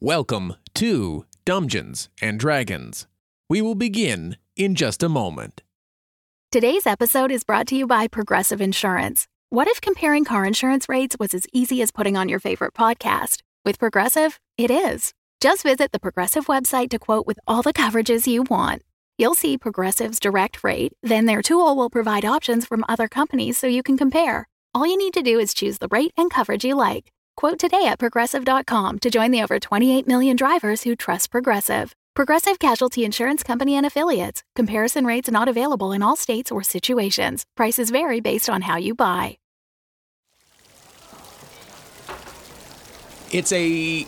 Welcome to Dungeons and Dragons. We will begin in just a moment. Today's episode is brought to you by Progressive Insurance. What if comparing car insurance rates was as easy as putting on your favorite podcast? With Progressive, it is. Just visit the Progressive website to quote with all the coverages you want. You'll see Progressive's direct rate, then their tool will provide options from other companies so you can compare. All you need to do is choose the rate and coverage you like. Quote today at progressive.com to join the over 28 million drivers who trust Progressive. Progressive Casualty Insurance Company and Affiliates. Comparison rates not available in all states or situations. Prices vary based on how you buy. It's a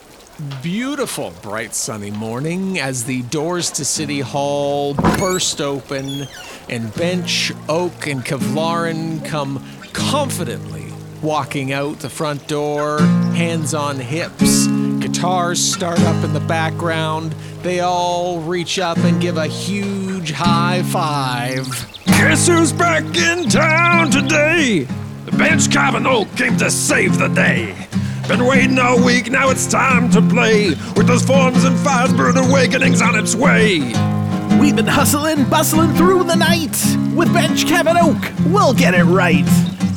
beautiful, bright, sunny morning as the doors to City Hall burst open and Bench, Oak, and Kevlarin come confidently walking out the front door, hands on hips. Guitars start up in the background. They all reach up and give a huge high five. Guess who's back in town today? The bench cabin oak came to save the day. Been waiting all week, now it's time to play. With those forms and fires, Bird Awakening's on its way. We've been hustling, bustling through the night. With Bench Kevin Oak, we'll get it right.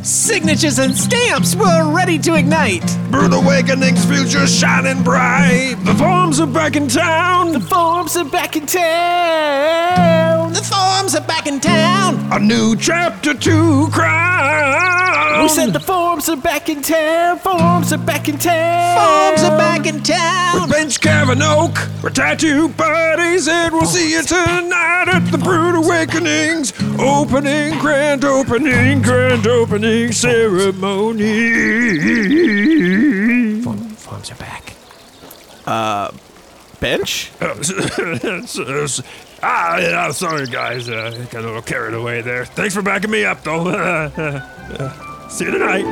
Signatures and stamps, we're ready to ignite. Bird Awakening's future shining bright. The forms are back in town. Farms are back in town. The farms are back in town. A new chapter to crown. Um. We said the farms are back in town. Farms are back in town. Farms are back in With town. Bench Cabin Oak, we're tattoo buddies, and we'll see you tonight at the Brood Awakenings opening, grand opening, grand opening ceremony. Farms are back. Uh, Bench? ah, yeah, sorry, guys. Uh, I got a little carried away there. Thanks for backing me up, though. Uh, see you tonight.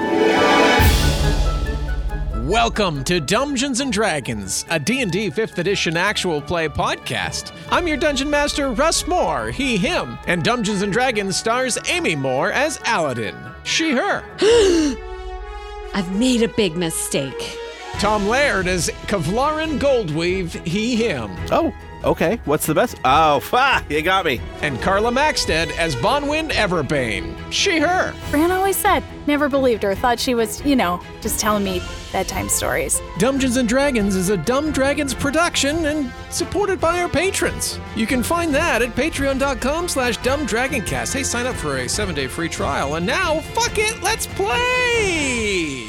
Welcome to Dungeons and Dragons, a D&D 5th edition actual play podcast. I'm your dungeon master Russ Moore, he him, and Dungeons and Dragons stars Amy Moore as Aladdin, she her. I've made a big mistake. Tom Laird as Kevlarin Goldweave, he him, Oh, okay. What's the best? Oh, fa, you got me. and Carla Maxted as Bonwyn Everbane, she her. Fran always said, never believed her, thought she was, you know, just telling me bedtime stories. Dungeons and Dragons is a Dumb Dragons production and supported by our patrons. You can find that at patreon.com slash dumbdragoncast. Hey, sign up for a seven-day free trial. And now, fuck it, let's play!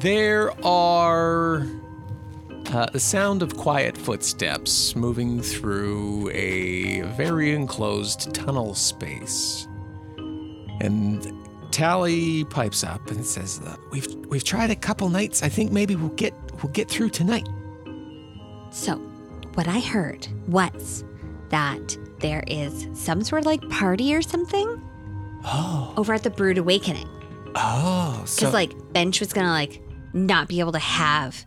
There are... Uh, the sound of quiet footsteps moving through a very enclosed tunnel space. And Tally pipes up and says, "Look, "We've we've tried a couple nights. I think maybe we'll get we'll get through tonight." So, what I heard was that there is some sort of like party or something Oh, over at the Brood Awakening. oh, so Because like Bench was gonna like not be able to have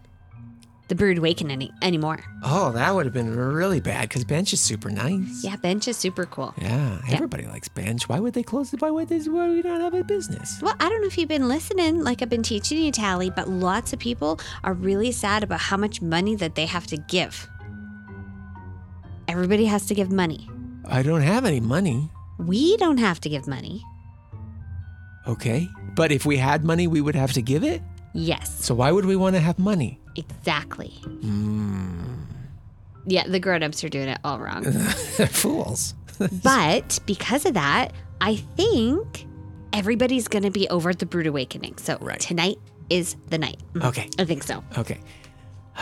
the Brood Awakening any- anymore. oh, that would have been really bad because Bench is super nice. Yeah, Bench is super cool. Yeah, everybody likes Bench. Why would they close it? Why would they? Why we don't have a business? Well, I don't know if you've been listening, like I've been teaching you tally, but lots of people are really sad about how much money that they have to give. Everybody has to give money. I don't have any money. We don't have to give money. Okay, but if we had money, we would have to give it. Yes. So why would we want to have money? Exactly. Hmm. Yeah, the grown-ups are doing it all wrong. They're fools. but because of that, I think everybody's going to be over at the Brood Awakening. So Right. Mm-hmm. tonight is the night. Mm, Okay. I think so. Okay.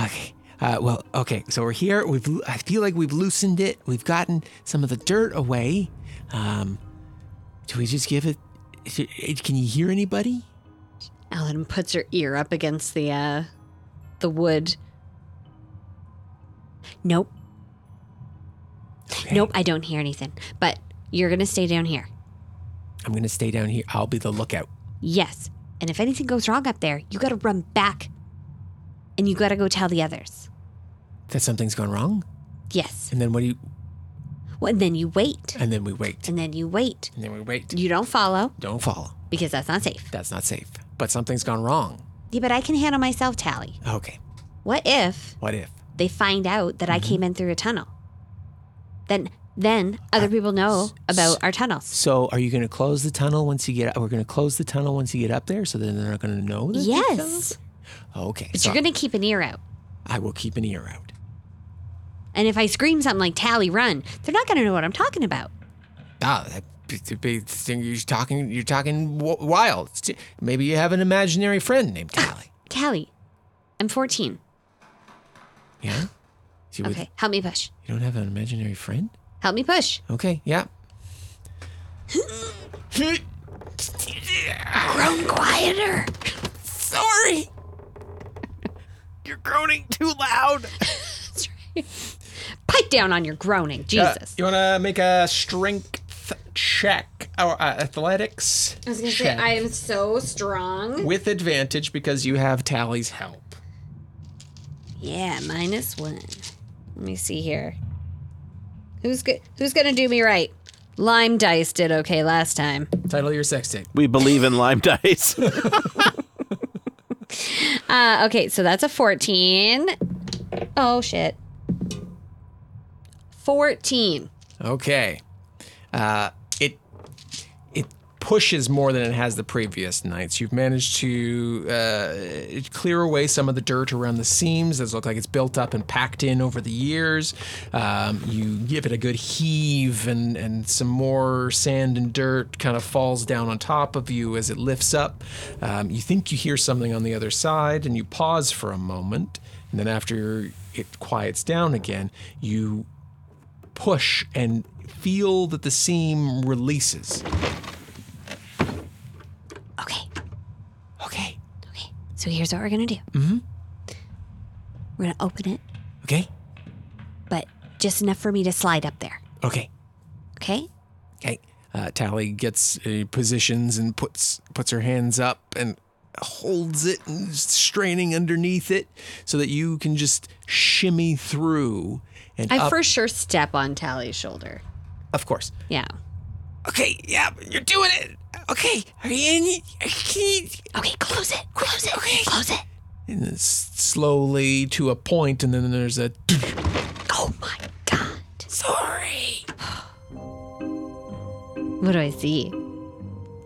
Okay. Uh, well, okay. So we're here. We've. lo- I feel like we've loosened it. We've gotten some of the dirt away. Um, do we just give it? is it- it- Can you hear anybody? Ellen puts her ear up against the uh the wood. Nope. Okay. Nope, I don't hear anything. But you're going to stay down here. I'm gonna stay down here. I'll be the lookout. Yes. And if anything goes wrong up there, you got to run back. And you got to go tell the others. That something's gone wrong. Yes. And then what do you? Well, and then you wait. And then we wait. And then you wait. And then we wait. You don't follow Don't follow. because that's not safe. That's not safe. But something's gone wrong. Yeah, but I can handle myself, Tally. Okay. What if What if? they find out that I came in through a tunnel? Then then other people know about our tunnels. So are you going to close the tunnel once you get? We're going to close the tunnel once you get up there, so then they're not going to know. That Yes. Okay. But so you're going to keep an ear out. I will keep an ear out. And if I scream something like Tally run, they're not going to know what I'm talking about. Ah, that b- b- b- thing you're talking. You're talking w- wild. It's- Maybe you have an imaginary friend named Callie. Tally, I'm 14. yeah. She would- Okay, help me push. You don't have an imaginary friend? Help me push. Okay. Yeah. Grown quieter. Sorry. You're groaning too loud. Pipe down on your groaning, Uh, Jesus. you want to make a strength check or uh, athletics I was going to say, check I am so strong. with advantage because you have Tally's help. Yeah, minus one. Let me see here. Who's go- who's gonna do me right? Lime dice did okay last time. Title of your sex tape. We believe in lime dice. Uh, okay, so that's a fourteen. Oh shit. Fourteen. Okay. Uh, it it pushes more than it has the previous nights. You've managed to uh, clear away some of the dirt around the seams that look like it's built up and packed in over the years. Um, you give it a good heave, and and some more sand and dirt kind of falls down on top of you as it lifts up. Um, you think you hear something on the other side, and you pause for a moment, and then after it quiets down again, you push and feel that the seam releases. Okay. Okay. Okay. So here's what we're gonna do. Mm-hmm. We're gonna open it, Okay. but just enough for me to slide up there. Okay. Okay? Okay. Uh, Tally gets uh, positions and puts puts her hands up and holds it and is straining underneath it so that you can just shimmy through and I up. for sure step on Tally's shoulder. of course. Yeah. Okay. Yeah, you're doing it. Okay. Are you in? Can you, Okay, close it. Close it. Okay. Close it. and then s- slowly to a point, and then there's a. Oh my god. Sorry. What do I see?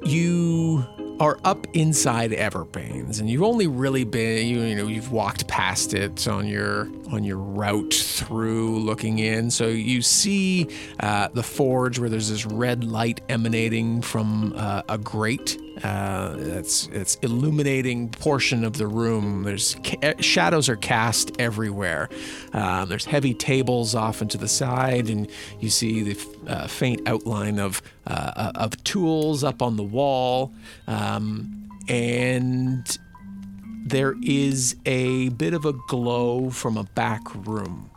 you are up inside Everbane's, and you've only really been you, you know you've walked past it on your on your route through looking in. So you see uh, the forge where there's this red light emanating from uh, a grate. Uh, that's it's illuminating portion of the room. There's ca- eh, shadows are cast everywhere. Um, there's heavy tables off into the side, and you see the f- uh, faint outline of uh, of tools up on the wall, um, and there is a bit of a glow from a back room.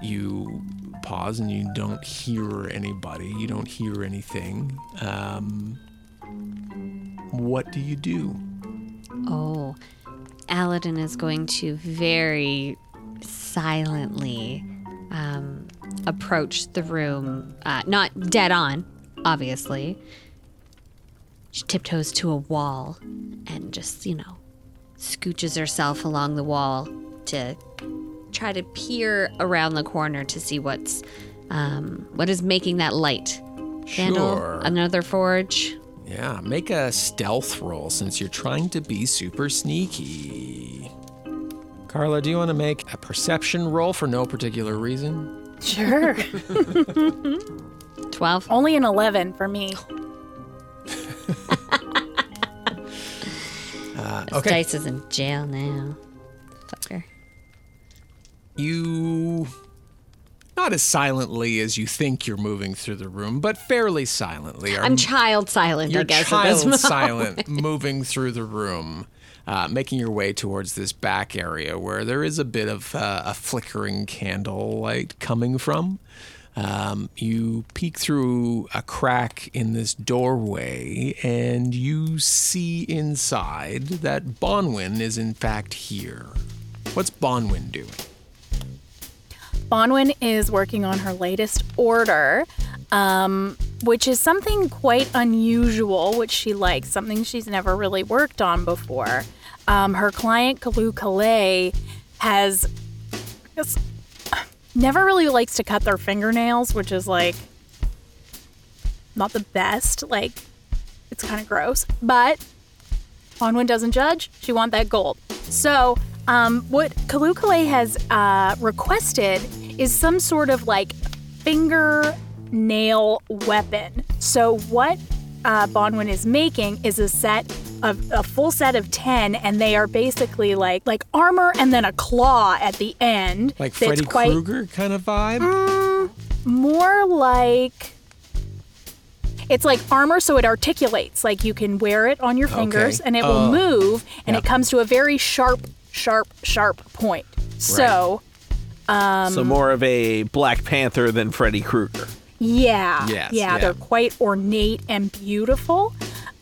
You pause and you don't hear anybody. You don't hear anything. Um, what do you do? Oh, Aladdin is going to very silently um, approach the room, uh, not dead on, obviously. She tiptoes to a wall and just, you know, scooches herself along the wall to try to peer around the corner to see what's um, what is making that light. Candle, Sure. another forge. Yeah, make a stealth roll since you're trying to be super sneaky. Carla, do you want to make a perception roll for no particular reason? Sure. 12. Only an 11 for me. This Dice is in jail now. Fucker. You. Not as silently as you think you're moving through the room, but fairly silently. Are I'm child silent, I You're guess. at this child moment. silent, moving through the room, uh, making your way towards this back area where there is a bit of uh, a flickering candlelight coming from. Um, you peek through a crack in this doorway, and you see inside that Bonwin is in fact here. What's Bonwin doing? Bonwin is working on her latest order, um, which is something quite unusual, which she likes, something she's never really worked on before. Um, her client, Kalu Calais, has I guess, never really likes to cut their fingernails, which is like not the best. Like, it's kind of gross, but Bonwin doesn't judge. She want that gold. So, um, what Kalukale has uh, requested is some sort of like finger nail weapon. So, what uh, Bonwin is making is a set of a full set of ten, and they are basically like like armor and then a claw at the end. Like that's Freddy quite- Krueger kind of vibe? more like it's like armor so it articulates like you can wear it on your fingers and it Uh, will move and it comes to a very sharp sharp sharp point so so more of a Black Panther than Freddy Krueger. yeah Yes, yeah yeah. they're quite ornate and beautiful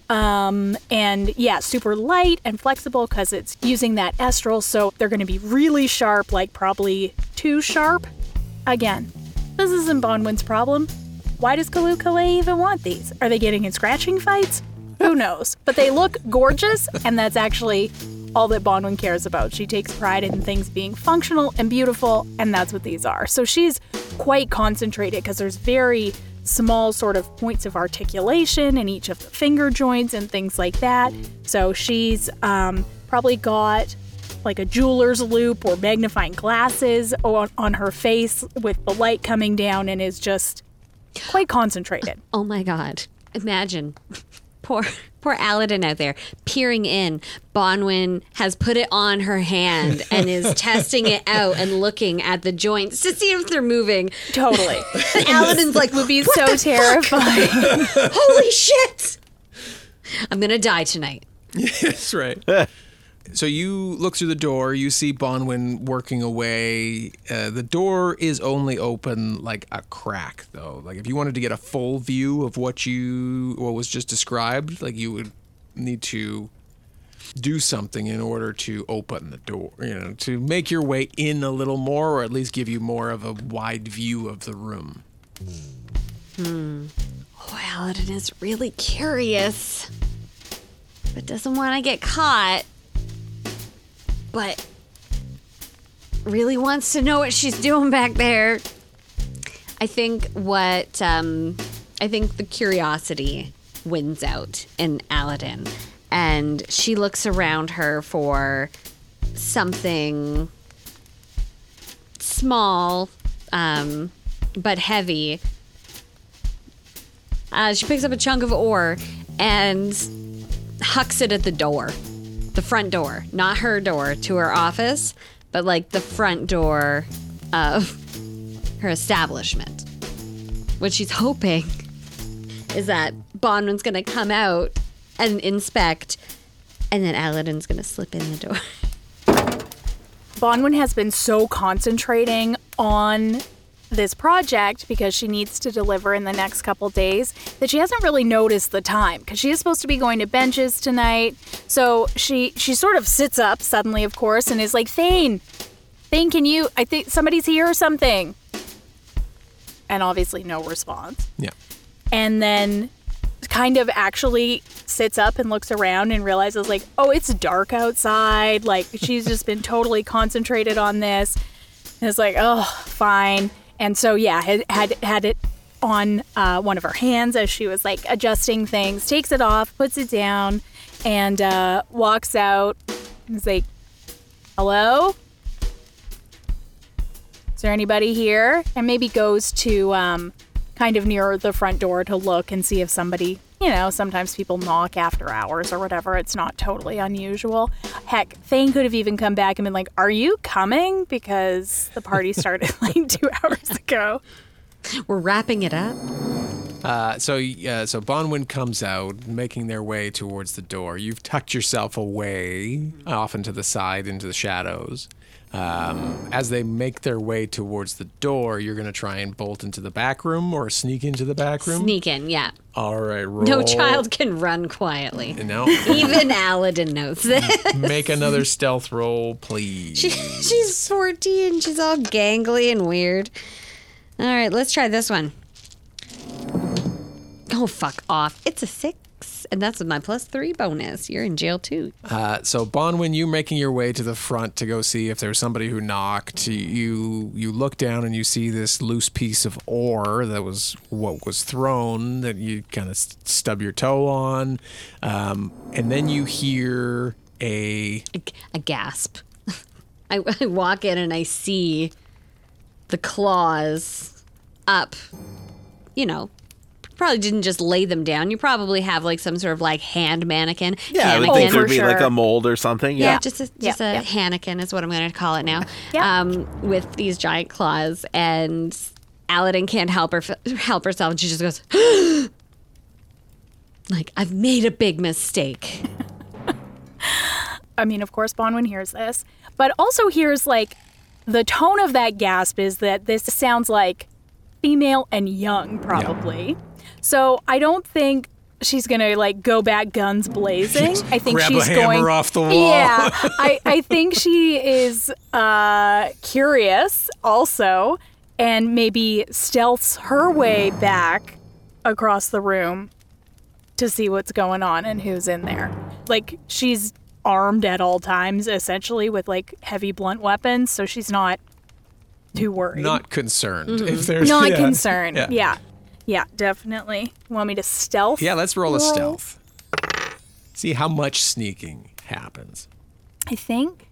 um, and yeah super light and flexible because it's using that estrel so they're going to be really sharp like probably too sharp again this isn't bonwin's problem Why does Kalu Kalei even want these? Are they getting in scratching fights? Who knows? But they look gorgeous, and that's actually all that Bonwin cares about. She takes pride in things being functional and beautiful, and that's what these are. So she's quite concentrated because there's very small sort of points of articulation in each of the finger joints and things like that. So she's um, probably got like a jeweler's loop or magnifying glasses on, on her face with the light coming down and is just quite concentrated. Oh my God. Imagine. Poor, poor Aladdin out there peering in. Bonwin has put it on her hand and is testing it out and looking at the joints to see if they're moving. Totally. Aladdin's like, would be so terrifying. holy shit! I'm going to die tonight. That's right. so you look through the door. You see Bonwin working away. Uh, the door is only open like a crack, though. Like if you wanted to get a full view of what you what was just described, like you would need to do something in order to open the door. You know, to make your way in a little more, or at least give you more of a wide view of the room. Oh, Aladdin is really curious, but doesn't want to get caught, but really wants to know what she's doing back there. I think what, um, I think the curiosity wins out in Aladdin, and she looks around her for something small, um, but heavy uh, she picks up a chunk of ore and hucks it at the door, the front door, not her door to her office, but like the front door of her establishment. What she's hoping is that Bonwin's gonna come out and inspect, and then Aladdin's gonna slip in the door. Bonwin has been so concentrating on this project because she needs to deliver in the next couple days that she hasn't really noticed the time because she is supposed to be going to benches tonight. So she she sort of sits up suddenly, of course, and is like, Thane, Thane, can you I think somebody's here or something? And obviously no response. Yeah. and then kind of actually sits up and looks around and realizes like oh it's dark outside like she's just been totally concentrated on this and it's like oh fine and so yeah had had, had it on uh, one of her hands as she was like adjusting things takes it off puts it down and uh, walks out and is like hello is there anybody here? And maybe goes to um, kind of near the front door to look and see if somebody, you know, sometimes people knock after hours or whatever. It's not totally unusual. Heck, Thane could have even come back and been like, Are you coming? Because the party started like two hours ago. We're wrapping it up. Uh, so, uh, so Bonwin comes out, making their way towards the door. You've tucked yourself away, off into the side, into the shadows, Um, as they make their way towards the door, you're going to try and bolt into the back room or sneak into the back room. Sneak in, yeah. All right, roll. No child can run quietly. No. Even Aladdin knows this. Make another stealth roll, please. She- she's 14. She's all gangly and weird. All right, let's try this one. Oh, fuck off. It's a six, and that's with my plus three bonus. You're in jail too. Uh, so Bonwin, you making your way to the front to go see if there's somebody who knocked. You you look down and you see this loose piece of ore that was what was thrown that you kind of stub your toe on, um, and then you hear a A, a gasp. I, I walk in and I see the claws up. You know, probably didn't just lay them down. You probably have like some sort of like hand mannequin. Yeah, I would Hannequin. think for there'd be like sure. a mold or something. Yeah, Yeah. just a, just Yeah, a yeah. hannequin is what I'm going to call it now. Yeah. Um, with these giant claws, and Aladdin can't help her help herself, and she just goes, like I've made a big mistake. I mean, of course, Bonwin hears this, but also hears like the tone of that gasp is that this sounds like female and young, probably. So I don't think she's gonna like go back guns blazing. I think grab she's a hammer going off the wall. Yeah, I, I think she is uh, curious also, and maybe stealths her way back across the room to see what's going on and who's in there. Like she's armed at all times, essentially with like heavy blunt weapons, so she's not too worried. not concerned. If there's Mm-hmm. not yeah. concerned. Yeah. Yeah. yeah, definitely. Want me to stealth? Yeah, let's roll a Roll. stealth. See how much sneaking happens. I think.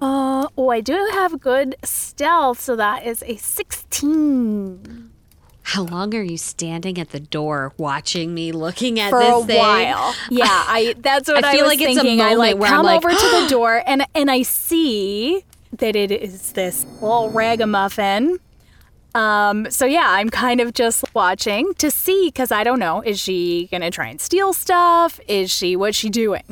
Uh, oh, I do have good stealth, so that is a 16 How long are you standing at the door watching me, looking at for this a thing? while. Yeah, I that's what I I, feel was like it's a thinking. I moment like where I'm come like, over to the door and and I see that it is this little ragamuffin. Um, so yeah, I'm kind of just watching to see because I don't know. Is she gonna try and steal stuff? Is she what's she doing?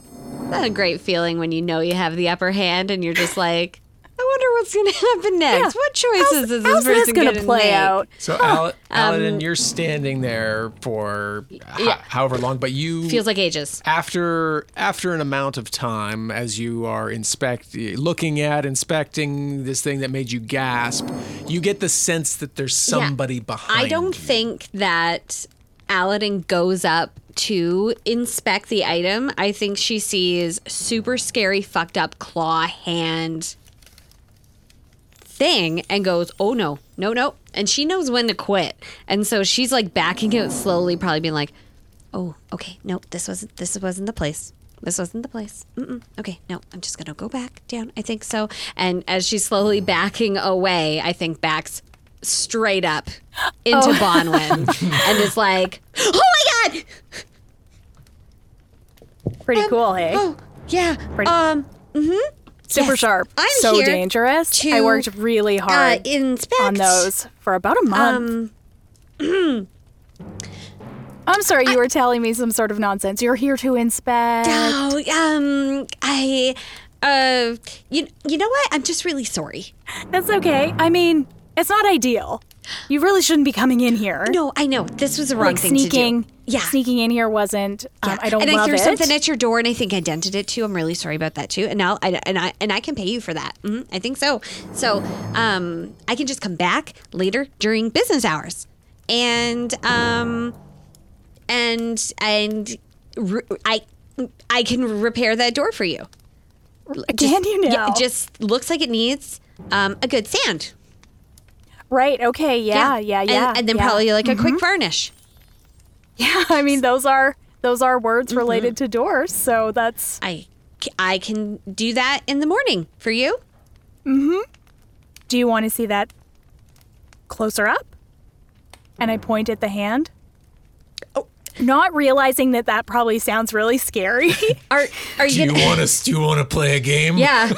That's a great feeling when you know you have the upper hand, and you're just like, I wonder what's going to happen next. Yeah. What choices How's- is how's this person gonna gonna play make? out? So, Al- Um, Aladdin, you're standing there for h- however long, but you Feels like ages. after after an amount of time as you are inspect looking at inspecting this thing that made you gasp you get the sense that there's Yeah. somebody behind I don't you. think that Aladdin goes up to inspect the item. I think she sees super scary, fucked up claw hand thing and goes, "Oh no, no, no!" And she knows when to quit, and so she's like backing out slowly, probably being like, "Oh, okay, no, this wasn't this wasn't the place." This wasn't the place. Mm-mm. Okay, no, I'm just gonna go back down. I think so. And as she's slowly backing away, I think backs straight up Oh. into Bonwin and is like, "Oh my god, Pretty cool, hey? oh yeah, um, Super Yes, sharp. I'm so here dangerous. I to, worked really uh, hard inspect on those for about a month. Um, I'm sorry, you were telling me some sort of nonsense. You're here to inspect. oh, um, I, uh, you, you know what? I'm just really sorry. That's okay. I mean, it's not ideal. You really shouldn't be coming in here. No, I know this was the wrong like thing sneaking. to do. Yeah, Sneaking in here wasn't. Um, I don't and love I threw it. something at your door, and I think I dented it too. I'm really sorry about that too. And now, I, and I and I can pay you for that. Mhm, I think so. So, um, I can just come back later during business hours, and um, and and re- I I can repair that door for you. Can you now? Yeah, it just looks like it needs um, a good sand. right. Okay. Yeah. Yeah. Yeah. And- And, then yeah. probably like a quick varnish. Yeah. I mean, those are those are words Mm-hmm. related to doors. So that's I c- I can do that in the morning for you. Do you want to see that closer up? And Mm. I point at the hand. Oh. Not realizing that that probably sounds really scary. Are are you? do you gonna- want to do you want to play a game Yeah.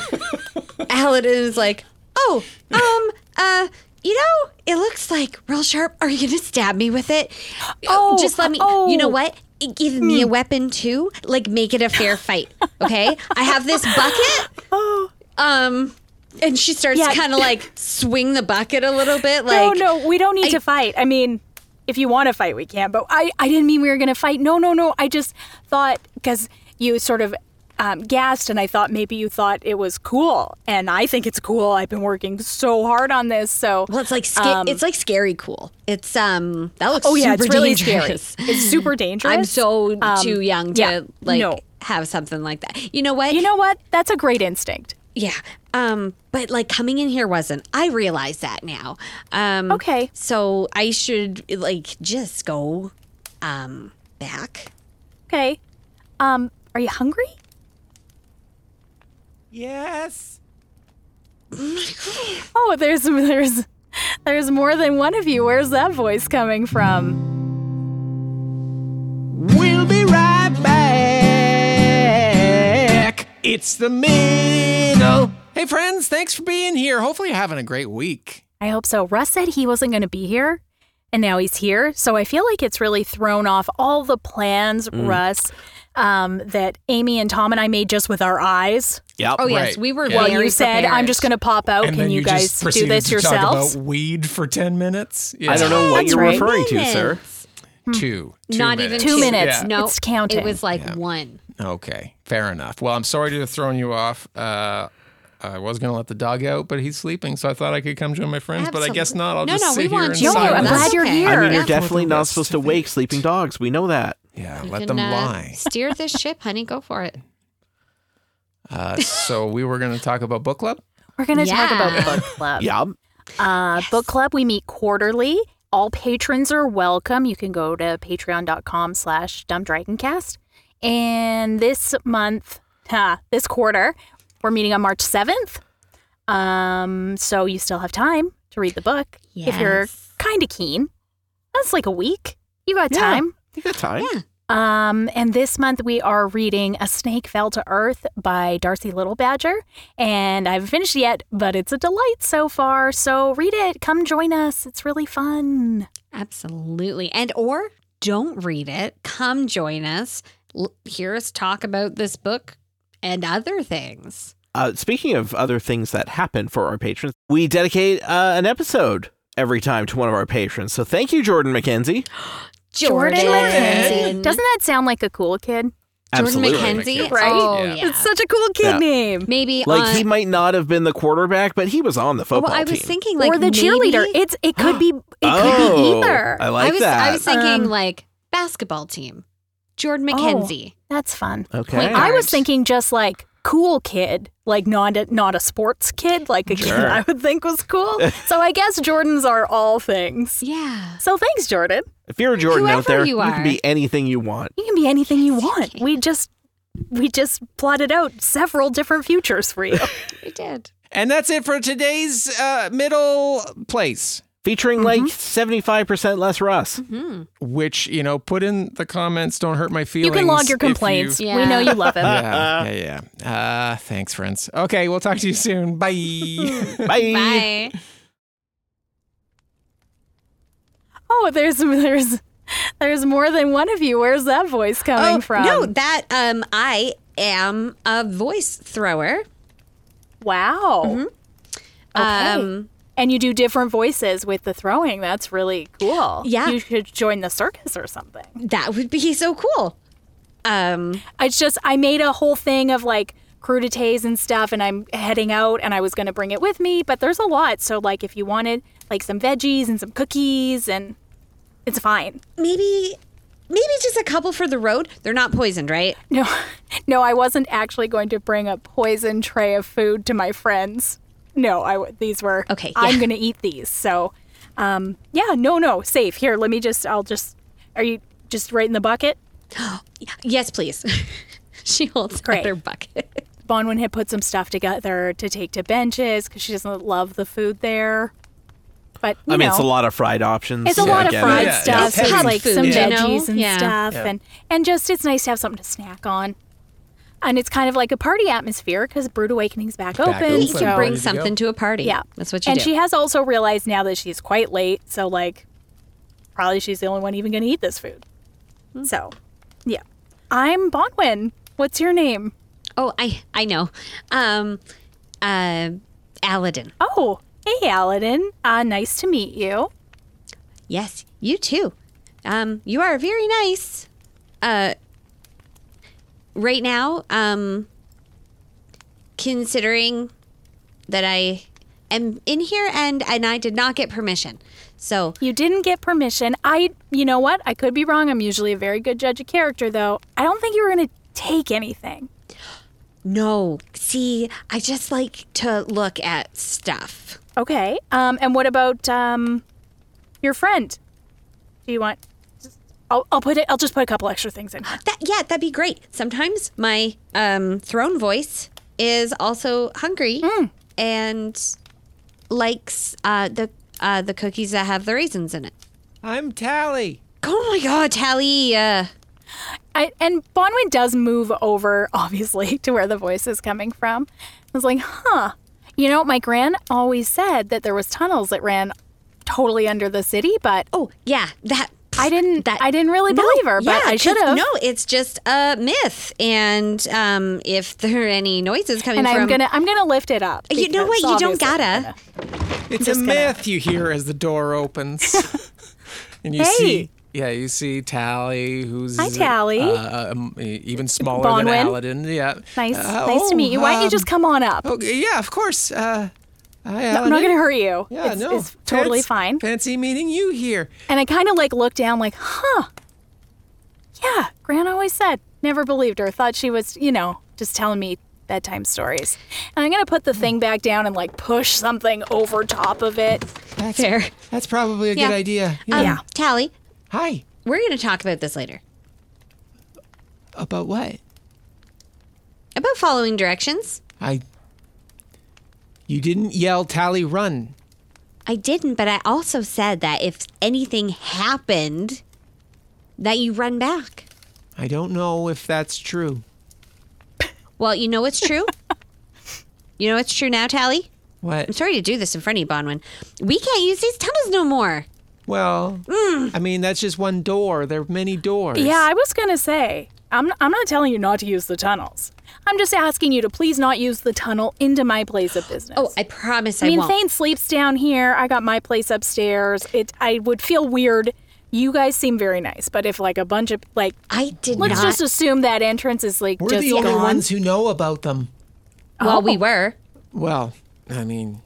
Aladdin is like, oh, um, uh, you know, it looks like real sharp. Are you gonna stab me with it? Uh, Oh, just let me. You know oh. Hmm. what? It- Give me a weapon too. Like, make it a fair fight. Okay, I have this bucket. Um, And she starts Oh. Yeah. kind of like swing the bucket a little bit. No, Like, no, we don't need I- to fight. I mean, if you want to fight, we can. But I, I didn't mean we were going to fight. No, no, no. I just thought because you sort of um, gassed, and I thought maybe you thought it was cool, and I think it's cool. I've been working so hard on this, so. Well, it's like sca- it's like scary cool. It's um that looks Um, Oh yeah, super it's really dangerous. scary. It's super dangerous. I'm so Um, too young to yeah, like no. have something like that. You know what? You know what? That's a great instinct. yeah. Um, but like coming in here wasn't. I realize that now. Um, Okay. So I should like just go, um, back. Okay. Um, are you hungry? Yes. Oh, there's there's there's more than one of you. Where's that voice coming from? We'll be right back. It's the middle. Hey, friends, thanks for being here. Hopefully, you're having a great week. I hope so. Russ said he wasn't going to be here, and now he's here. So I feel like it's really thrown off all the plans, Russ, um, that Amy and Tom and I made just with our eyes. Yep. Oh yes, Right. we were. Yeah. Well, very you said, prepared. I'm just going to pop out. Oh, Can you, guys do this yourselves? about weed for 10 minutes. Yeah. I don't know what That's you're right. referring to, sir. Two. two Hmm. Not minutes. even Two minutes. Yeah. No, It's counting. It was like one. Okay, fair enough. Well, I'm sorry to have thrown you off. Uh, I was going to let the dog out, but he's sleeping, so I thought I could come join my friends, but I guess Absolutely. not. I'll No, just no, sit we here want in you. No, I'm silence. glad you're here. I mean, you're Yeah. definitely Well, not that's supposed the to thing. wake sleeping dogs. We know that. Yeah, You let can, them uh, lie. Steer this ship, honey. Go for it. Uh, so we were going to talk about book club. We're going to talk Yeah. about book club. Yup. Uh, Book club, we meet quarterly. All patrons are welcome. You can go to patreon.com slash dumbdragoncast. And this month, huh, this quarter, we're meeting on March 7th. Um, so you still have time to read the book if you're Yes. kind of keen. That's like a week. You got Yeah. time. You got time. Yeah. Um, and this month we are reading A Snake Fell to Earth by Darcy Little Badger. And I haven't finished yet, but it's a delight so far. So read it. Come join us. It's really fun. Absolutely. And or don't read it. Come join us. L- hear us talk about this book and other things. Uh, speaking of other things that happen for our patrons, we dedicate uh, an episode every time to one of our patrons. So thank you, Jordan McKenzie. McKenzie. Doesn't that sound like a cool kid? Jordan Absolutely. McKenzie? Right? Oh, Yeah. yeah. It's such a cool kid Yeah. name. Maybe Like on, he might not have been the quarterback, but he was on the football uh, well, I team. was thinking like or the maybe- cheerleader. It's it could be it oh, could be either. I like I was, that. I was thinking Um, like basketball team. Jordan Oh. McKenzie. That's fun. okay. Like, I was Cards. thinking just like cool kid, like not a, not a sports kid, like a kid Sure. I would think was cool. so I guess Jordans are all things. Yeah. So thanks, Jordan. if you're Jordan out whoever there, you can are. be anything you want. You can be anything you want. We just we just plotted out several different futures for you. We did. And that's it for today's uh, middle place. Featuring like Mm-hmm. 75% less Russ. Hmm. Which you know, put in the comments. Don't hurt my you feelings. can log your if you- complaints. you- We know you love him. yeah, yeah, yeah. Uh, thanks, friends. Okay, we'll talk to you soon. Bye. Bye. Oh, there's there's there's more than one of you. Where's that voice coming Oh, from? No, that um I am a voice thrower. Wow. Okay. Um Mm-hmm. And you do different voices with the throwing. That's really cool. Yeah. You should join the circus or something. that would be so cool. Um It's just, I made a whole thing of like crudités and stuff, and I'm heading out and I was going to bring it with me, but there's a lot. So, like, if you wanted like some veggies and some cookies, and it's fine. maybe maybe just a couple for the road. They're not poisoned, right? No, no, I wasn't actually going to bring a poison tray of food to my friends. No, I w- these were Okay, I'm yeah. going to eat these. So, um, yeah, no, no, safe. Here, let me just. I'll just. Are you just right in the bucket? Yes, please. she holds out Great. her bucket. Bonwin had put some stuff together to take to benches because she doesn't love the food there. But you I mean, know, it's a lot of fried options. It's a Yeah, I lot of get fried it. Yeah, stuff, it's and, heavy like food, some you veggies know? and Yeah. stuff, and and just it's nice to have something to snack on. And it's kind of like a party atmosphere because Brood Awakening's back, open. open. You So- can bring Ready to something to a party. yeah, That's what you and do. she has also realized now that she's quite late, so like probably she's the only one even going to eat this food. Hmm. So, yeah, I'm Bonwin. What's your name? oh, I I know. Um uh Aladdin. Oh, hey, Aladdin. Uh, nice to meet you. Yes, you too. Um, you are very nice. Uh, right now, um, considering that I am in here and and I did not get permission, so You didn't get permission. I, you know what? I could be wrong. I'm usually a very good judge of character, though. I don't think you were going to take anything. no. See, I just like to look at stuff. Okay. Um, and what about um, your friend? Do you want? I'll, I'll put it. I'll just put a couple extra things in. That yeah, that'd be great. Sometimes my um, throne voice is also hungry and likes uh, the uh, the cookies that have the raisins in it. I'm Tally. Oh my god, Tally! Uh, I, and Bonwin does move over, obviously, to where the voice is coming from. I was like, huh. You know, my gran always said that there was tunnels that ran totally under the city, but oh yeah, that I didn't. That- I didn't really No, believe her, but yeah, I 'cause- should have. No, it's just a myth, and um, if there are any noises coming and from, I'm gonna. I'm gonna lift it up. you know because what, you don't obviously I'm gotta. gonna- It's Just a gonna- myth you hear as the door opens. and you Hey. see yeah, you see Tally who's Hi, Tally. uh, um, e- even smaller Bonwin. than Aladdin. Yeah. Nice. Uh, nice oh, to meet you. Why don't you just um, come on up? Okay, yeah, of course. Uh Hi, I'm Aladdin. not gonna hurt you. Yeah, it's, no. it's totally fancy- fine. Fancy meeting you here. And I kind of like looked down, like, huh. Yeah, Gran always said, never believed her. Thought she was, you know, just telling me bedtime stories. And I'm going to put the thing back down and like push something over top of it. That's, Fair. That's probably a Yeah. good idea. Yeah. Um, Yeah. Uh, Tally, Hi. we're gonna talk about this later About what? about following directions. I. You didn't yell Tally run. I didn't, but I also said that if anything happened, that you run back. I don't know if that's true. Well, you know what's true. you know what's true now, Tally. I'm What? sorry to do this in front of you, Bonwin. We can't use these tunnels no more. Well, I mean, that's just one door. There are many doors. Mm. Yeah, I was going to say, I'm, I'm not telling you not to use the tunnels. I'm just asking you to please not use the tunnel into my place of business. Oh, I promise I, I mean, won't. Thane sleeps down here. I got my place upstairs. It, I would feel weird. You guys seem very nice, but if like a bunch of like, I did let's not. just assume that entrance is like We're just the only gone. ones who know about them. well, we were. Well, I mean,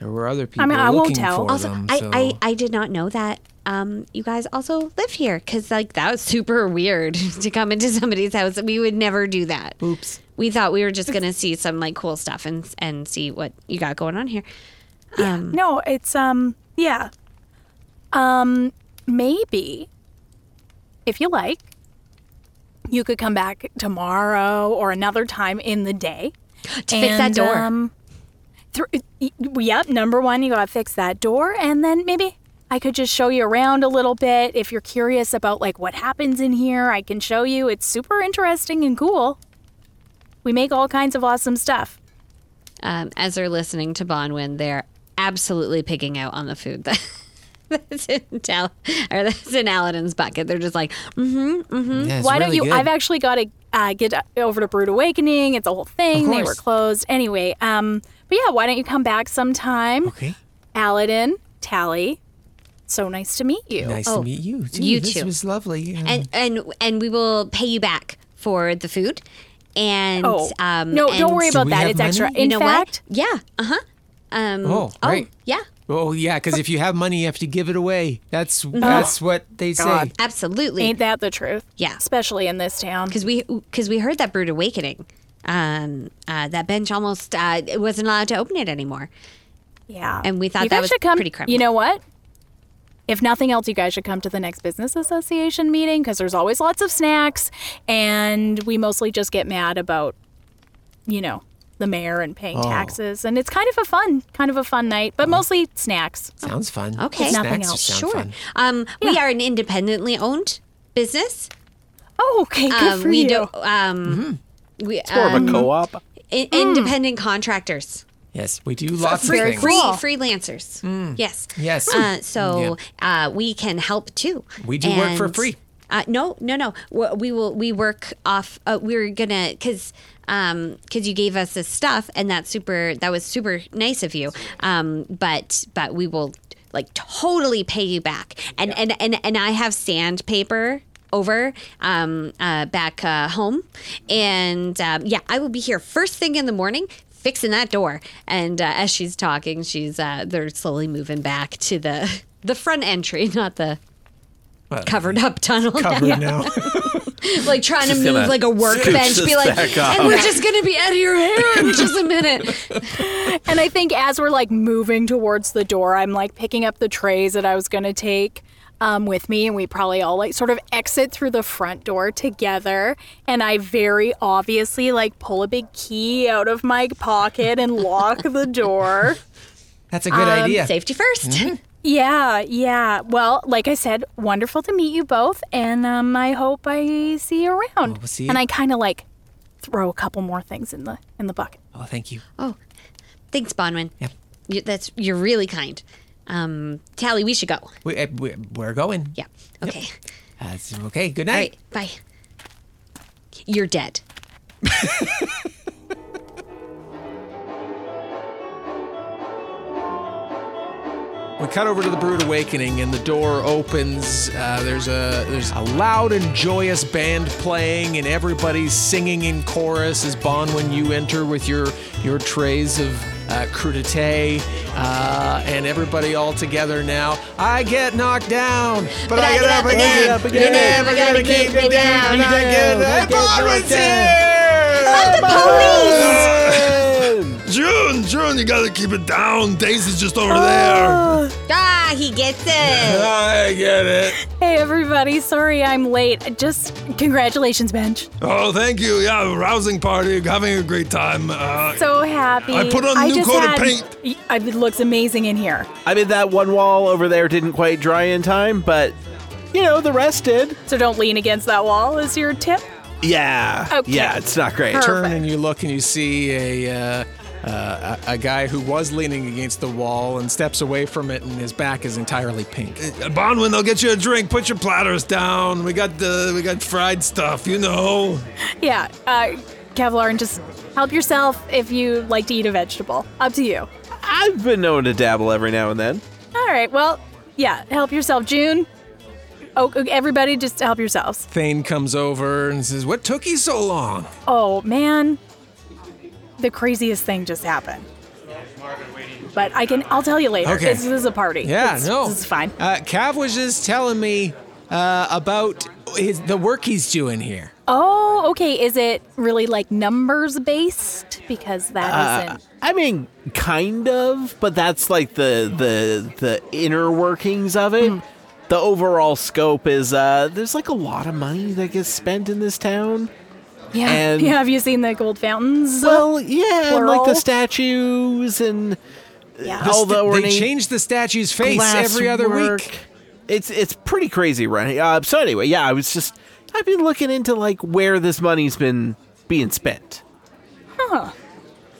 there were other people mean, I won't looking tell. for Also, them. I, so. I, I did not know that um, you guys also lived here because like that was super weird to come into somebody's house. We would never do that. Oops. We thought we were just gonna see some like cool stuff and and see what you got going on here. No, it's um yeah. Um maybe if you like you could come back tomorrow or another time in the day To fix that door. Um, thr- y- yep, number 1 you got to fix that door and then maybe I could just show you around a little bit if you're curious about like what happens in here. I can show you. It's super interesting and cool. We make all kinds of awesome stuff. um, as they're listening to Bonwin, they're absolutely picking out on the food that. That's in Tal- or that's in Aladdin's bucket. They're just like, Yeah, it's Why really don't you? good. I've actually got to uh, get over to Brood Awakening. It's a whole thing. Of They were course. closed anyway. Um, but yeah, why don't you come back sometime, Okay. Aladdin, Tally? So nice to meet you. Nice to meet you. Too. you this too. was lovely. Um, and and and we will pay you back for the food. And Oh um, no, don't and- worry Do about we that. have It's extra. money? In you know fact, what? Yeah. Uh huh. Um, Oh, great. yeah. oh yeah, because if you have money, you have to give it away. That's that's what they say. Oh. God. Absolutely. ain't that the truth? Yeah. especially in this town. Because we because we heard that Brood Awakening, um, uh, that bench almost uh, it wasn't allowed to open it anymore. Yeah, and we thought you that guys was should come, pretty criminal. You know what? If nothing else, you guys should come to the next business association meeting because there's always lots of snacks, and we mostly just get mad about, you know, the mayor and paying taxes, and it's kind of a fun, kind of a fun night, but mostly snacks. Sounds fun. Okay. Snacks Nothing else. sound Sure. fun. Um, we are an independently owned business. Oh, okay, good Um, for we you. don't. Um, We More of um, a co-op. i- Mm. independent contractors, Yes, we do lots of very things. Mm. free Cool. freelancers. Yes. Yes. Uh, so uh, we can help too. We do work for And- free. Uh, no, no, no. We- We will. We work off. Uh, we're gonna because um because you gave us this stuff and that's super. That was super nice of you. Um, but but we will like totally pay you back. And and and and I have sandpaper over um uh back uh, home, and um, yeah, I will be here first thing in the morning. Fixing that door, and uh, as she's talking, she's uh, they're slowly moving back to the the front entry, not the covered up tunnel Covered now. like trying to Just move gonna like a workbench scooch be this like back up. and we're just gonna be out of your hair in just a minute And I think as we're like moving towards the door, I'm like picking up the trays that I was going to take um, with me. And we probably all like sort of exit through the front door together. And I very obviously like pull a big key out of my pocket and lock the door. That's a good Um, idea. safety 1st Mm-hmm. Yeah, yeah. Well, like I said, wonderful to meet you both. And um, I hope I see you around. we'll see. And I kind of like throw a couple more things in the in the bucket. oh, thank you. oh thanks bonwin Yep. you, that's you're really kind um tally we should go We, uh, we, we're going. yeah okay That's okay. Good all night. right bye you're dead We cut over to the Brood Awakening, and the door opens. Uh, there's a there's a loud and joyous band playing, and everybody's singing in chorus as Bonwin you enter with your your trays of uh, crudité, uh, and everybody all together now. I get knocked down, but, I, get, up again. up again. You're never gonna keep me down. I get up. Bonwin's here. June, June, you gotta keep it down. Daisy's just over there. ah he gets it I get it. Hey, everybody. Sorry I'm late. Just congratulations, Bench. Oh, thank you. Yeah, rousing party. Having a great time. Uh, so happy. I put on a new just coat of had- paint. Y- I- It looks amazing in here. I mean, that one wall over there didn't quite dry in time, but you know, the rest did. So don't lean against that wall, is your tip. Yeah. Okay. Yeah, it's not great. Perfect. turn and you look and you see a uh, uh, a a guy who was leaning against the wall and steps away from it, and his back is entirely pink. Bonwin, they'll get you a drink. Put your platters down. We got the we got fried stuff, you know. Yeah, uh, Kevlar, and just help yourself if you like to eat a vegetable. Up to you. I've been known to dabble every now and then. All right, well, yeah, help yourself, June. Oh, okay, everybody, just help yourselves. Thane comes over and says, "What took you so long?" Oh, man. The craziest thing just happened. But I can, I'll tell you later. Okay. This, is a party. Yeah, It's- no, This is fine. Uh, Cav was just telling me uh, about his, the work he's doing here. Oh, okay. Is it really like numbers based? Because that not I mean, kind of, but that's like the the the inner workings of it. Hmm. The overall scope is uh there's like a lot of money that gets spent in this town. Yeah. and- yeah. Have you seen the gold fountains? Well, yeah, and like the Plural? statues and yeah. The sta- all the they ornate change the statue's face glass every other work. week. It's it's pretty crazy, right? Uh, so anyway, yeah, I was just I've been looking into like where this money's been being spent.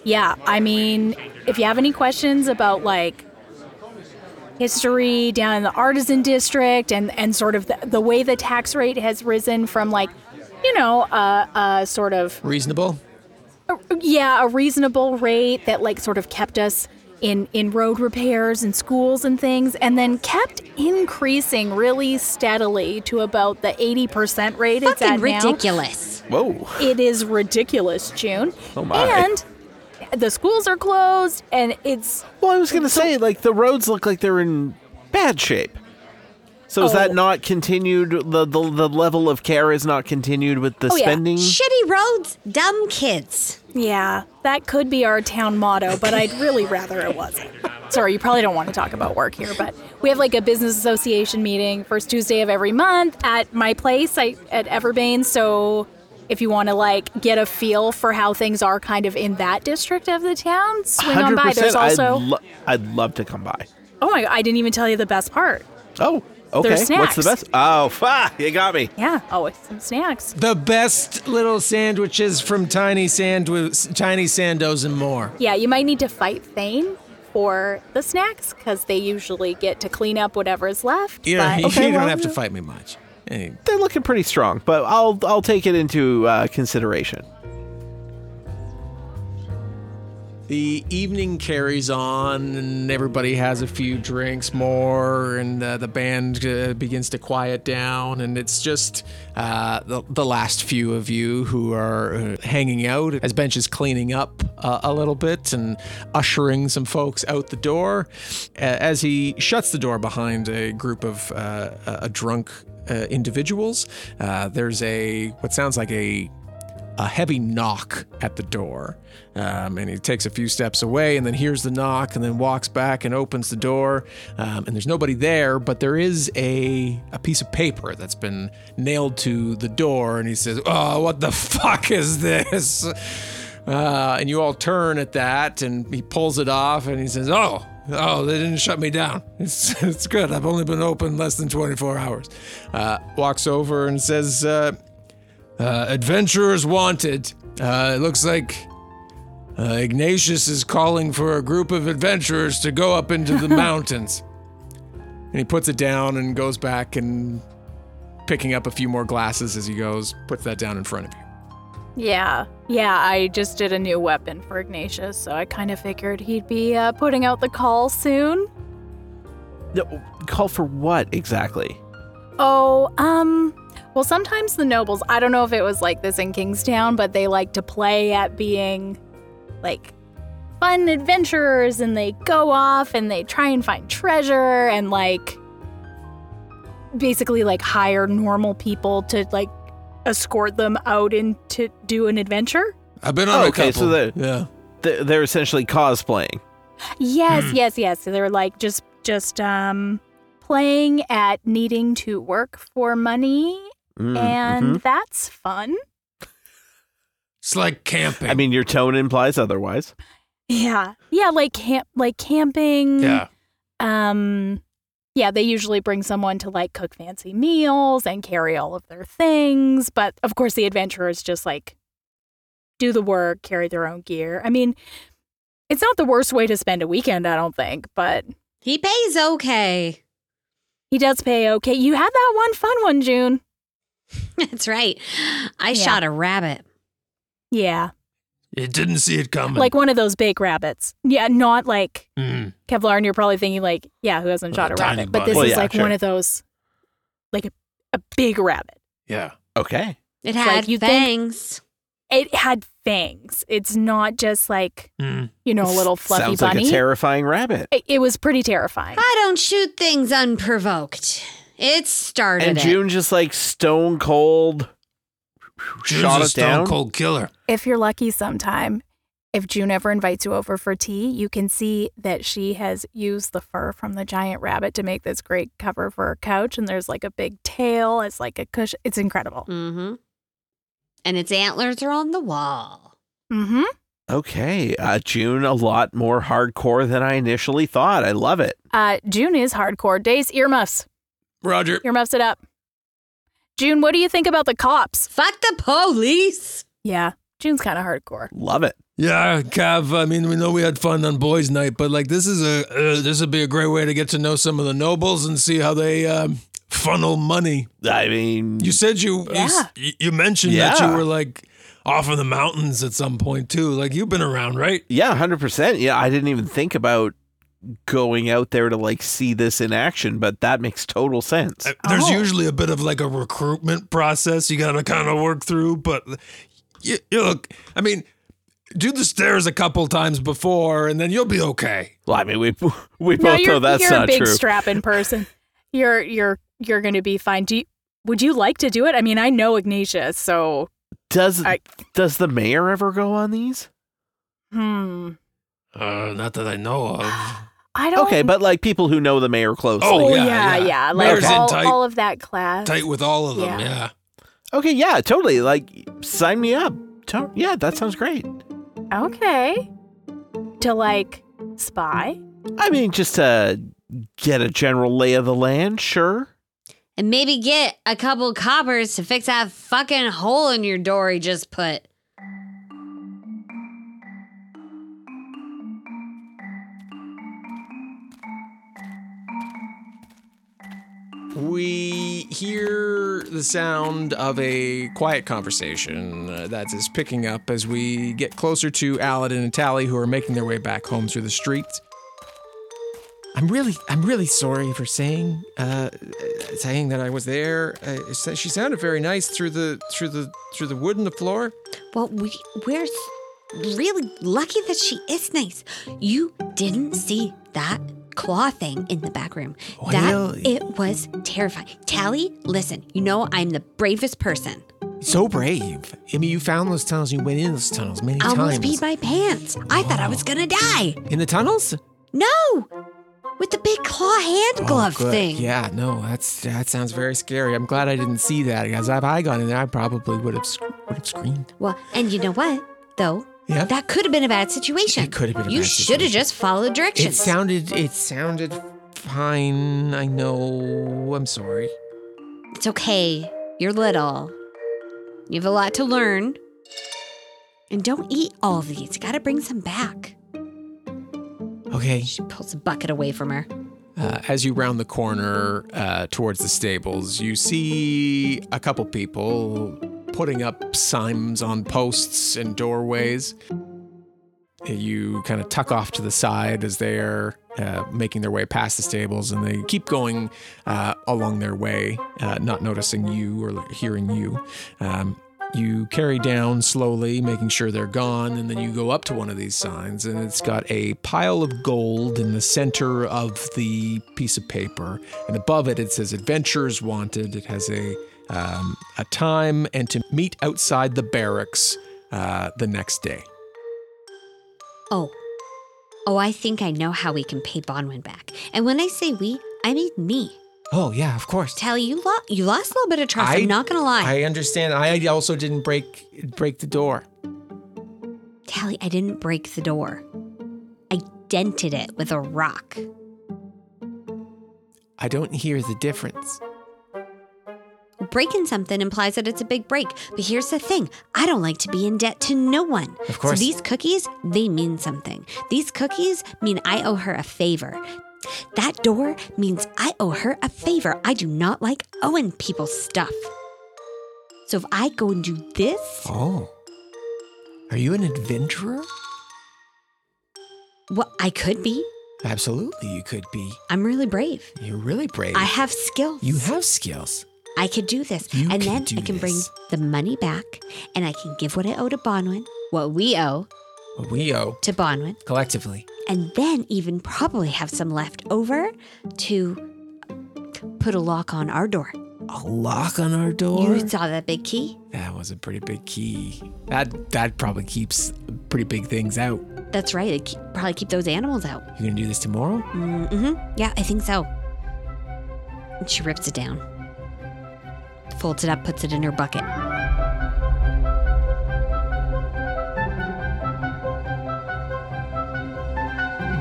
Yeah, I mean, if you have any questions about like history down in the artisan district and and sort of the, the way the tax rate has risen from like you know uh, uh sort of Reasonable. yeah a reasonable rate that like sort of kept us in in road repairs and schools and things and then kept increasing really steadily to about the 80% rate it's fucking at now ridiculous Whoa. it is ridiculous june Oh my. and the schools are closed and it's Well, I was gonna say like the roads look like they're in bad shape. So is that Oh. not continued? The, the the level of care is not continued with the Oh, yeah. Mm. spending. shitty roads dumb kids Yeah, that could be our town motto, but I'd really rather it wasn't. Sorry, you probably don't want to talk about work here, but we have like a business association meeting first Tuesday of every month at my place I, at Everbane. So if you want to like get a feel for how things are kind of in that district of the town, swing on by. There's 100%, also I'd, lo- I'd love to come by. oh my god, I didn't even tell you the best part. Oh, okay. There's What's the snacks. best? Oh, fuck, you got me. Yeah, oh, it's some snacks. The best little sandwiches from Tiny Sandwi- Tiny Sandos and more. Yeah, you might need to fight Thane for the snacks because they usually get to clean up whatever is left. You, know, but- you Okay, don't well, have to yeah. fight me much. Hey, They're looking pretty strong, but I'll I'll take it into uh, consideration. The evening carries on, and everybody has a few drinks more, and uh, the band uh, begins to quiet down. And it's just uh, the, the last few of you who are uh, hanging out as Bench is cleaning up uh, a little bit and ushering some folks out the door. A- As he shuts the door behind a group of uh, a a drunk uh, individuals, uh, there's a what sounds like a a heavy knock at the door. Um, and he takes a few steps away and then hears the knock and then walks back and opens the door. Um, and there's nobody there, but there is a, a piece of paper that's been nailed to the door. And he says, Oh, what the fuck is this? Uh, and you all turn at that and he pulls it off and he says, Oh, Oh, they didn't shut me down. It's, it's good. I've only been open less than 24 hours. Uh, walks over and says, uh, uh, adventurers wanted. Uh, it looks like uh, Ignatius is calling for a group of adventurers to go up into the mountains. And he puts it down and goes back and picking up a few more glasses as he goes, puts that down in front of you. Yeah. Yeah, I just did a new weapon for Ignatius, so I kind of figured he'd be uh, putting out the call soon. No, call for what exactly? Oh, um, well, sometimes the nobles, I don't know if it was like this in Kingstown, but they like to play at being like fun adventurers and they go off and they try and find treasure and like basically like hire normal people to like escort them out and to do an adventure. I've been on Oh, a okay, couple. so there- yeah. They're, they're essentially cosplaying. Yes, yes, yes. So they're like just just um playing at needing to work for money Mm, and mhm. that's fun. It's like camping. I mean, your tone implies otherwise. Yeah. Yeah, like camp like camping. yeah. Um yeah, they usually bring someone to like cook fancy meals and carry all of their things, but of course the adventurers just like do the work, carry their own gear. I mean, it's not the worst way to spend a weekend, I don't think, but He pays okay. he does pay okay. You had that one fun one, June. That's right. I Yeah. shot a rabbit. Yeah. You didn't see it coming. Like one of those big rabbits. Yeah, not like Mm. Kevlar, and you're probably thinking like, yeah, who hasn't shot a tiny rabbit? But this bunny. Well, is yeah, like sure. one of those, like a, a big rabbit. yeah. Okay. It Like, had you'd think- fangs. It had fangs. It's not just like Mm. you know a little fluffy Hmm. Sounds bunny. like a terrifying rabbit. it, it was pretty terrifying. I don't shoot things unprovoked. It started. And it. June just like stone cold shot it down. cold killer. If you're lucky, sometime. If June ever invites you over for tea, you can see that she has used the fur from the giant rabbit to make this great cover for her couch, and there's like a big tail as like a cushion. It's incredible. Mm-hmm. And its antlers are on the wall. Mm-hmm. Okay, uh, June, a lot more hardcore than I initially thought. I love it. Uh, June is hardcore. Days earmuffs. Roger. Earmuffs it up. June, what do you think about the cops? Fuck the police. Yeah, June's kind of hardcore. Love it. Yeah, Uh, Cav. I mean, we know we had fun on boys' night, but like this is a uh, this would be a great way to get to know some of the nobles and see how they um, funnel money. I mean, You said you you s- you, you mentioned that you Yeah. were like off in the mountains at some point too. Like you've been around, right? yeah, hundred percent. Yeah, I didn't even think about going out there to like see this in action, but that makes total sense. Uh, There's Oh. usually a bit of like a recruitment process you got to kind of work through, but you, you look. I mean, do the stairs a couple times before, and then you'll be okay. Well, I mean, we we no, both you're, know that's you're a not big true. strapping person. You're you're you're going to be fine. Do you, would you like to do it? I mean, I know Ignatius, so does I- does the mayor ever go on these? hmm. Uh, not that I know of. I don't. Okay, but like people who know the mayor closely. Oh, oh yeah, yeah, yeah. yeah, Mayor's like in all, tight. all of that class. Tight with all of them, Yeah. yeah. Oh. Okay, yeah, totally. Like, sign me up. To- yeah, that sounds great. Okay, to like spy. I mean, just to get a general lay of the land, sure. And maybe get a couple coppers to fix that fucking hole in your door he just put. We hear the sound of a quiet conversation uh, that is picking up as we get closer to Aladdin and Tally, who are making their way back home through the streets. I'm really, I'm really sorry for saying, uh, uh, saying that I was there. Uh, it sa- she sounded very nice through the through the through the wood and the floor. Well, we we're s- really lucky that she is nice. You didn't see that claw thing in the back room. Well- that it was terrifying. Tally, listen. You know I'm the bravest person. So brave. I mean, you found those tunnels. You went in those tunnels many I almost times. peed my pants. I thought I was gonna die. in the tunnels? No, with the big claw hand glove Oh, Good. thing. Yeah, no, that's that sounds very scary. I'm glad I didn't see that because if I got in there, I probably would have sc- would have screamed. Well, and you know what though. Yeah? That could have been a bad situation. It could have been a You bad should have situation. just followed It directions. sounded it sounded fine. I know. I'm sorry. It's okay. You're little. You have a lot to learn. And don't eat all of these. You gotta bring some back. Okay. She pulls a bucket away from her. Uh, as you round the corner uh, towards the stables, you see a couple people putting up signs on posts and doorways. You kind of tuck off to the side as they are uh, making their way past the stables, and they keep going uh, along their way, uh, not noticing you or hearing you. Um, you carry down slowly, making sure they're gone, and then you go up to one of these signs, and it's got a pile of gold in the center of the piece of paper. And above it, it says "Adventures Wanted." It has a um, a time and to meet outside the barracks uh, the next day. Oh. Oh, I think I know how we can pay Bonwin back. And when I say we, I mean me. Oh yeah, of course. Tally, you, lo- you lost a little bit of trust. I, I- am not gonna lie. I understand. I also didn't break break the door. Tally, I didn't break the door. I dented it with a rock. I don't hear the difference. Breaking something implies that it's a big break. But here's the thing I don't like to be in debt to no one. Of course. So these cookies, they mean something. These cookies mean I owe her a favor. That door means I owe her a favor. I do not like owing people stuff. So if I go and do this, Oh. Are you an adventurer? what I could be, Absolutely, you could be. I'm really brave. You're really brave. I have skills. you have skills. I could do this. You and can then do I can this. bring the money back and I can give what I owe to Bonwin, what we owe What we owe to Bonwin. collectively. and then even probably have some left over to put a lock on our door. A lock on our door. You saw that big key? That was a pretty big key. That that probably keeps pretty big things out. That's right. It keep, probably keep those animals out. You gonna do this tomorrow? hmm Yeah, I think so. And she rips it down, folds it up, puts it in her bucket.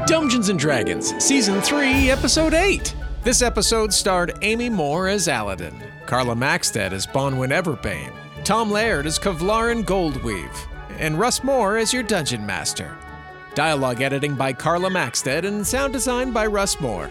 Dungeons and Dragons, Season 3, Episode 8. This episode starred Amy Moore as Aladdin, Carla Maxted as Bonwin Everbane, Tom Laird as Kevlarin Goldweave, and Russ Moore as your Dungeon Master. Dialogue editing by Carla Maxted and sound design by Russ Moore.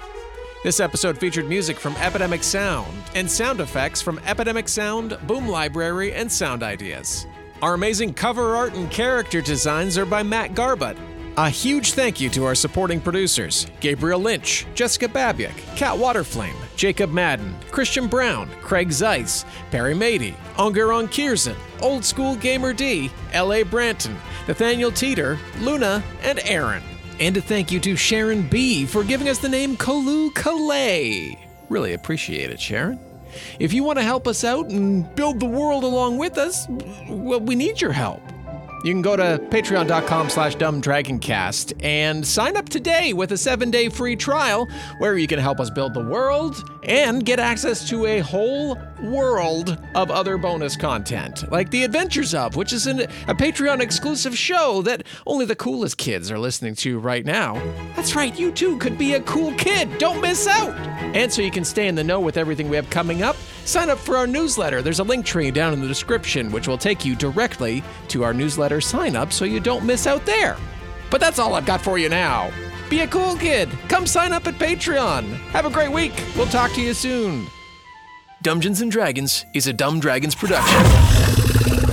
This episode featured music from Epidemic Sound and sound effects from Epidemic Sound, Boom Library, and Sound Ideas. Our amazing cover art and character designs are by Matt Garbutt. A huge thank you to our supporting producers Gabriel Lynch, Jessica Babiak, Kat Waterflame, Jacob Madden, Christian Brown, Craig Zeiss, Perry Mady, Ongeron Kiersen, Old School Gamer D, L.A. Branton, Nathaniel Teeter, Luna, and Aaron. And a thank you to Sharon B. for giving us the name Kalu Kalay. Really appreciate it, Sharon. If you want to help us out and build the world along with us, well, we need your help. You can go to patreon.com slash dumbdragoncast and sign up today with a seven-day free trial where you can help us build the world and get access to a whole world of other bonus content, like The Adventures of, which is an, a Patreon-exclusive show that only the coolest kids are listening to right now. That's right, you too could be a cool kid. Don't miss out! And so you can stay in the know with everything we have coming up, sign up for our newsletter. There's a link tree down in the description, which will take you directly to our newsletter sign up so you don't miss out there. But that's all I've got for you now. Be a cool kid. Come sign up at Patreon. Have a great week. We'll talk to you soon. Dungeons and Dragons is a Dumb Dragons production.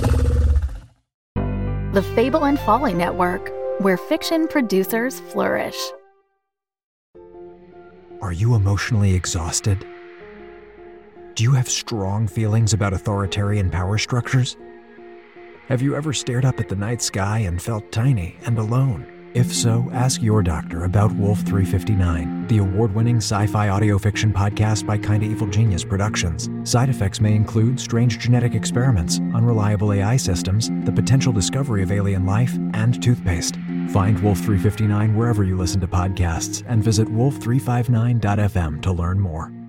The Fable and Folly Network, where fiction producers flourish. Are you emotionally exhausted? Do you have strong feelings about authoritarian power structures? Have you ever stared up at the night sky and felt tiny and alone? If so, ask your doctor about Wolf 359, the award winning sci fi audio fiction podcast by Kinda Evil Genius Productions. Side effects may include strange genetic experiments, unreliable AI systems, the potential discovery of alien life, and toothpaste. Find Wolf 359 wherever you listen to podcasts and visit wolf359.fm to learn more.